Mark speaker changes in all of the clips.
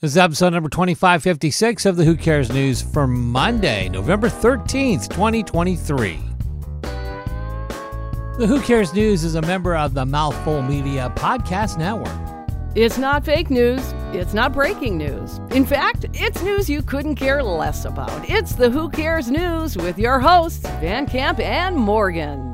Speaker 1: This is episode number 2556 of the Who Cares News for Monday, November 13th, 2023. The Who Cares News is a member of the Mouthful Media Podcast Network.
Speaker 2: It's not fake news. It's not breaking news. In fact, it's news you couldn't care less about. It's the Who Cares News with your hosts, Van Camp and Morgan.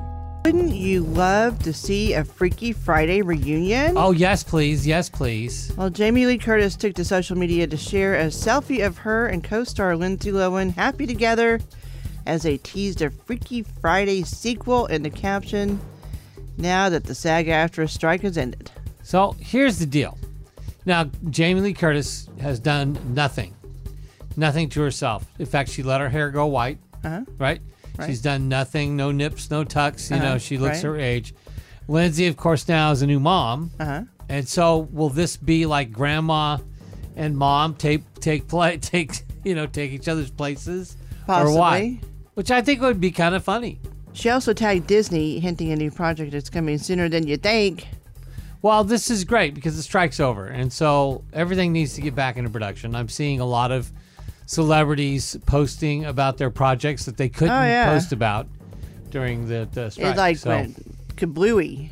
Speaker 3: Wouldn't you love to see a Freaky Friday reunion?
Speaker 1: Oh, yes, please. Yes, please.
Speaker 3: Well, Jamie Lee Curtis took to social media to share a selfie of her and co star Lindsay Lohan happy together as they teased a Freaky Friday sequel in the caption Now that the SAG AFTRA strike has ended.
Speaker 1: So here's the deal. Now, Jamie Lee Curtis has done nothing, nothing to herself. In fact, she let her hair go white,
Speaker 3: Uh-huh.
Speaker 1: right? She's done nothing, no nips, no tucks. You know, she looks
Speaker 3: Uh-huh. right.
Speaker 1: her age. Lindsay, of course, now is a new mom.
Speaker 3: Uh-huh.
Speaker 1: And so, will this be like grandma and mom take take play take you know take each other's places or
Speaker 3: Possibly.
Speaker 1: why? Which I think would be kind of funny.
Speaker 3: She also tagged Disney, hinting a new project is coming sooner than you think.
Speaker 1: Well, this is great because the strike's over, and so everything needs to get back into production. I'm seeing a lot of celebrities posting about their projects that they couldn't
Speaker 3: Oh, yeah.
Speaker 1: post about during the, the strike.
Speaker 3: It's like
Speaker 1: So
Speaker 3: went kablooey.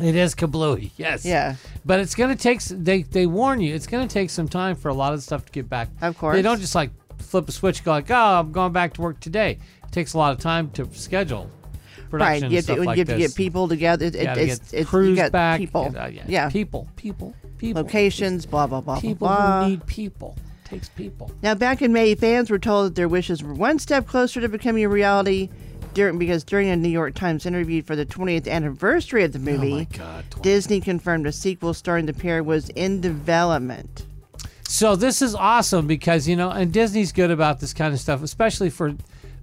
Speaker 1: it is kablooey, yes.
Speaker 3: Yeah.
Speaker 1: but it's going to take. s- They they warn you it's going to take some time for a lot of stuff to get back.
Speaker 3: Of
Speaker 1: they
Speaker 3: course.
Speaker 1: don't just like flip a switch. Go like, oh, I'm going back to work today. It takes a lot of time to schedule
Speaker 3: Right.
Speaker 1: production.
Speaker 3: You
Speaker 1: and
Speaker 3: have, to,
Speaker 1: stuff
Speaker 3: you
Speaker 1: like
Speaker 3: have to
Speaker 1: this.
Speaker 3: get people together. It, it,
Speaker 1: Gotta
Speaker 3: it's,
Speaker 1: get
Speaker 3: it's, you
Speaker 1: crews
Speaker 3: got
Speaker 1: back.
Speaker 3: people.
Speaker 1: and, uh, yeah,
Speaker 3: yeah.
Speaker 1: people, people, people.
Speaker 3: Locations, blah, blah, blah,
Speaker 1: people
Speaker 3: blah, blah.
Speaker 1: who need people takes people
Speaker 3: Now, back in May, fans were told that their wishes were one step closer to becoming a reality during, because during a New York Times interview for the 20th anniversary of the movie,
Speaker 1: god
Speaker 3: Disney confirmed a sequel starring the pair was in development.
Speaker 1: so this is awesome because you know and disney's good about this kind of stuff especially for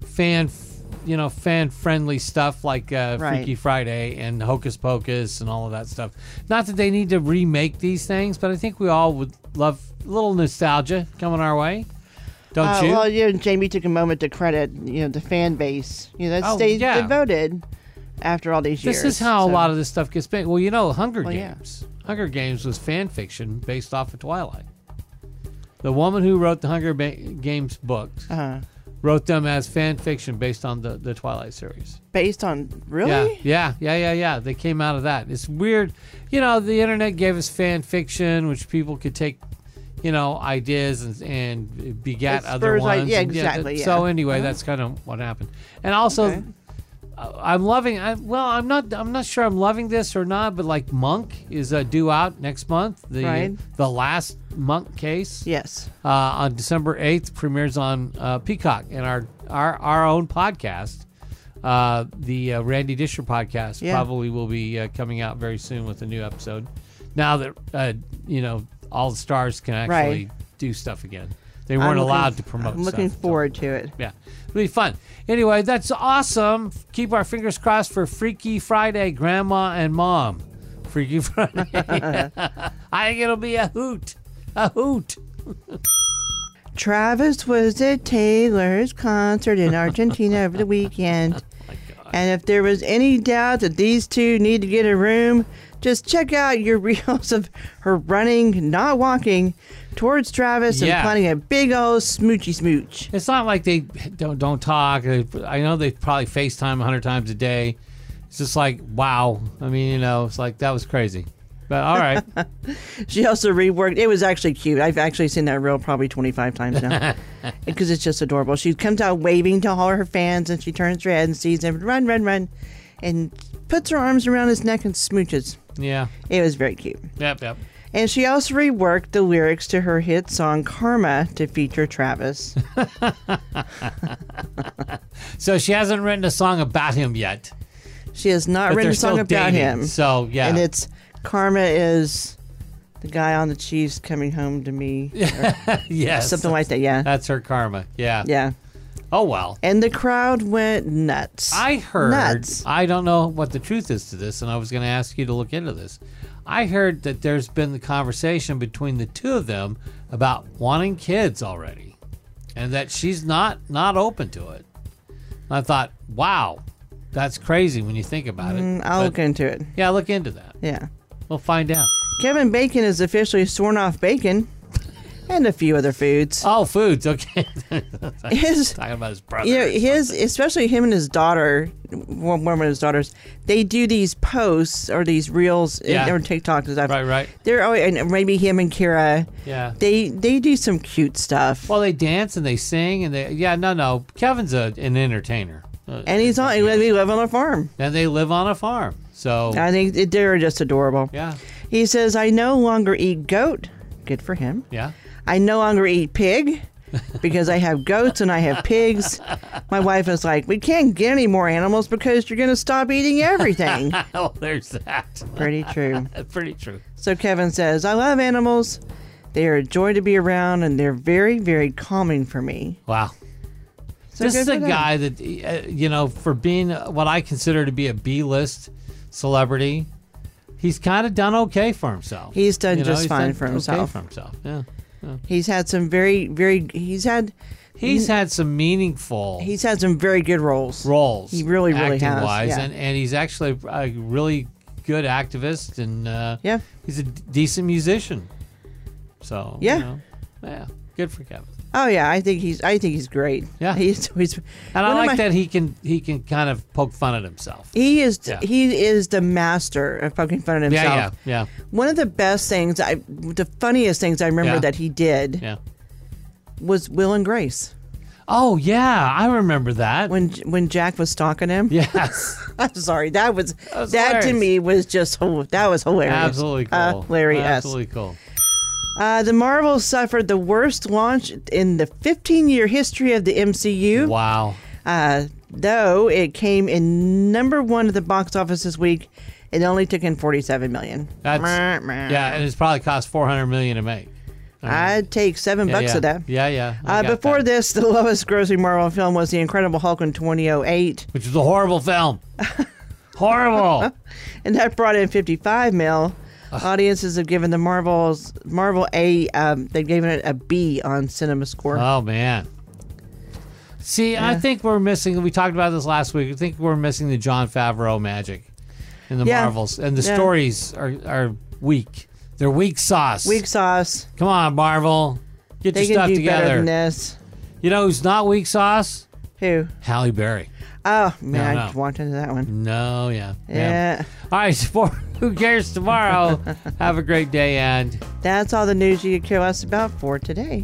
Speaker 1: fan f- you know fan friendly stuff like uh,
Speaker 3: Right.
Speaker 1: freaky friday and hocus pocus and all of that stuff not that they need to remake these things but i think we all would love a little nostalgia coming our way don't
Speaker 3: Uh,
Speaker 1: you
Speaker 3: well, you know, Jamie took a moment to credit, you know, the fan base. You know, that
Speaker 1: Oh,
Speaker 3: stayed
Speaker 1: yeah.
Speaker 3: devoted after all these years.
Speaker 1: This is how a
Speaker 3: so-
Speaker 1: lot of this stuff gets made. Well, you know, Hunger
Speaker 3: Well, yeah.
Speaker 1: Games. Hunger Games was fan fiction based off of Twilight. The woman who wrote the Hunger ba- Games books
Speaker 3: Uh-huh.
Speaker 1: wrote them as fan fiction based on the, the Twilight series.
Speaker 3: based on really.
Speaker 1: Yeah, yeah, yeah, yeah, yeah. They came out of that. It's weird. You know, the internet gave us fan fiction, which people could take, you know, ideas and, and begat
Speaker 3: It
Speaker 1: other
Speaker 3: spurs
Speaker 1: ones.
Speaker 3: ide- yeah,
Speaker 1: and, that-
Speaker 3: exactly,
Speaker 1: So
Speaker 3: yeah. Uh-huh.
Speaker 1: anyway, that's kind of what happened. And also,
Speaker 3: Okay.
Speaker 1: uh, I'm loving. I, well, I'm not. I'm not sure I'm loving this or not. But like Monk is uh, due out next month. The
Speaker 3: Right.
Speaker 1: the last Monk case
Speaker 3: Yes.
Speaker 1: uh, on December 8th premieres on uh, Peacock and our our, our own podcast. Uh, the uh, Randy Disher podcast
Speaker 3: Yeah.
Speaker 1: probably will be uh, coming out very soon with a new episode. Now that uh, you know all the stars can actually
Speaker 3: Right.
Speaker 1: do stuff again, they
Speaker 3: I'm
Speaker 1: weren't
Speaker 3: looking-
Speaker 1: allowed to promote.
Speaker 3: I'm looking
Speaker 1: stuff, so-
Speaker 3: forward to it.
Speaker 1: yeah, it'll be fun. Anyway, that's awesome. Keep our fingers crossed for Freaky Friday, Grandma and Mom. Freaky Friday. I think it'll be a hoot, a hoot.
Speaker 3: Travis was at Taylor's concert in Argentina over the weekend. And if there was any doubt that these two need to get a room, just check out your reels of her running, not walking, towards Travis
Speaker 1: Yeah.
Speaker 3: and planting a big old smoochy smooch.
Speaker 1: It's not like they don't don't talk. They- I know they probably FaceTime hundred times a day. It's just like wow. I mean, you know, it's like that was crazy. But all right,
Speaker 3: She also reworked. It was actually cute. I've actually seen that reel probably 25 times now because it's just adorable. She comes out waving to all her fans and she turns her head and sees him run, run, run, and puts her arms around his neck and smooches.
Speaker 1: yeah,
Speaker 3: It was very cute.
Speaker 1: yep, yep.
Speaker 3: And she also reworked the lyrics to her hit song Karma to feature Travis.
Speaker 1: So she hasn't written a song about him yet.
Speaker 3: She has not
Speaker 1: But
Speaker 3: written
Speaker 1: they're
Speaker 3: a
Speaker 1: still
Speaker 3: song about
Speaker 1: dating,
Speaker 3: him.
Speaker 1: So yeah,
Speaker 3: And it's Karma is the guy on the Chiefs coming home to me.
Speaker 1: yes,
Speaker 3: Something like that, yeah.
Speaker 1: that's her karma. Yeah.
Speaker 3: Yeah.
Speaker 1: Oh well.
Speaker 3: And the crowd went nuts.
Speaker 1: I heard.
Speaker 3: Nuts.
Speaker 1: I don't know what the truth is to this, and I was going to ask you to look into this. I heard that there's been the conversation between the two of them about wanting kids already, and that she's not not open to it. And I thought, wow, that's crazy when you think about it.
Speaker 3: Mm, I'll
Speaker 1: But-
Speaker 3: look into it.
Speaker 1: yeah, look into that.
Speaker 3: Yeah.
Speaker 1: We'll find out.
Speaker 3: Kevin Bacon is officially sworn off bacon. and a few other foods.
Speaker 1: Oh, foods. Okay.
Speaker 3: His,
Speaker 1: Talking about his brother.
Speaker 3: you know,
Speaker 1: or
Speaker 3: his, especially him and his daughter, one, one of his daughters, they do these posts or these reels and-
Speaker 1: Yeah.
Speaker 3: or TikToks and stuff.
Speaker 1: Right, right.
Speaker 3: They're always, and maybe him and Kira.
Speaker 1: Yeah.
Speaker 3: They they do some cute stuff.
Speaker 1: Well, they dance and they sing and they yeah no no Kevin's a, an entertainer Uh,
Speaker 3: and he's on. We live on a farm.
Speaker 1: and they live on a farm so
Speaker 3: I think it- they're just adorable.
Speaker 1: yeah
Speaker 3: He says, "I no longer eat goat. Good for him.
Speaker 1: yeah
Speaker 3: I no longer eat pig." because I have goats and I have pigs. My wife is like, We can't get any more animals because you're going to stop eating everything.
Speaker 1: well Oh, there's that
Speaker 3: Pretty true.
Speaker 1: pretty true
Speaker 3: So Kevin says, I love animals. They are a joy to be around and they're very, very calming for me.
Speaker 1: wow
Speaker 3: So
Speaker 1: this
Speaker 3: good
Speaker 1: is a
Speaker 3: for them.
Speaker 1: guy that uh, you know for being what I consider to be a B list celebrity he's kind of done okay for himself
Speaker 3: He's done
Speaker 1: You know,
Speaker 3: just
Speaker 1: he's
Speaker 3: fine
Speaker 1: done
Speaker 3: for
Speaker 1: okay
Speaker 3: himself.
Speaker 1: for himself yeah
Speaker 3: He's had some very, very, he's had,
Speaker 1: he's had some meaningful
Speaker 3: he's had some very good roles.
Speaker 1: roles.
Speaker 3: He really, really
Speaker 1: acting
Speaker 3: has,
Speaker 1: Wise,
Speaker 3: yeah.
Speaker 1: and, and he's actually a really good activist, and uh,
Speaker 3: Yeah.
Speaker 1: he's a d- decent musician. So you
Speaker 3: Yeah.
Speaker 1: know, yeah, good for Kevin.
Speaker 3: Oh yeah, I think he's, I think he's great.
Speaker 1: Yeah.
Speaker 3: He's, he's
Speaker 1: And
Speaker 3: one
Speaker 1: I
Speaker 3: of
Speaker 1: like
Speaker 3: my-
Speaker 1: that he can he can kind of poke fun at himself.
Speaker 3: He is,
Speaker 1: Yeah.
Speaker 3: he is the master of poking fun at himself.
Speaker 1: Yeah, yeah,
Speaker 3: One of the best things, I, the funniest things I remember
Speaker 1: Yeah.
Speaker 3: that he did
Speaker 1: yeah, yeah.
Speaker 3: was Will and Grace
Speaker 1: Oh yeah, I remember that.
Speaker 3: when, when Jack was stalking him.
Speaker 1: yes,
Speaker 3: I'm sorry. That was that,
Speaker 1: was
Speaker 3: to
Speaker 1: hilarious.
Speaker 3: me was just hil- that was hilarious.
Speaker 1: absolutely
Speaker 3: Uh,
Speaker 1: cool.
Speaker 3: Hilarious.
Speaker 1: absolutely cool.
Speaker 3: Uh, the Marvel suffered the worst launch in the 15-year history of the MCU.
Speaker 1: Wow.
Speaker 3: Uh, though it came in number one at the box office this week, it only took in 47 million.
Speaker 1: That's-
Speaker 3: Meh, meh.
Speaker 1: Yeah, and it's probably cost four hundred million to make.
Speaker 3: I'd take seven
Speaker 1: Yeah,
Speaker 3: bucks
Speaker 1: yeah.
Speaker 3: of that.
Speaker 1: Yeah, yeah. I
Speaker 3: Uh,
Speaker 1: got
Speaker 3: before
Speaker 1: that.
Speaker 3: this, the lowest grossing Marvel film was The Incredible Hulk in 2008,
Speaker 1: which was a horrible film. horrible.
Speaker 3: and that brought in 55 mil. Audiences have given the Marvels Marvel a um, they've given it a B on Cinema Score.
Speaker 1: Oh man. See, I think we're missing. We talked about this last week. I think we're missing the John Favreau magic in the
Speaker 3: Yeah.
Speaker 1: Marvels, and the
Speaker 3: Yeah.
Speaker 1: stories are are weak. They're weak sauce.
Speaker 3: Weak sauce.
Speaker 1: Come on, Marvel, get
Speaker 3: They
Speaker 1: your stuff
Speaker 3: can do better
Speaker 1: together.
Speaker 3: than this.
Speaker 1: You know who's not weak sauce?
Speaker 3: Who?
Speaker 1: Halle Berry.
Speaker 3: Oh man,
Speaker 1: No,
Speaker 3: I
Speaker 1: no.
Speaker 3: just walked into that one.
Speaker 1: No, yeah,
Speaker 3: Yeah.
Speaker 1: All right, for who cares tomorrow? Have a great day and.
Speaker 3: That's all the news you could care less about for today.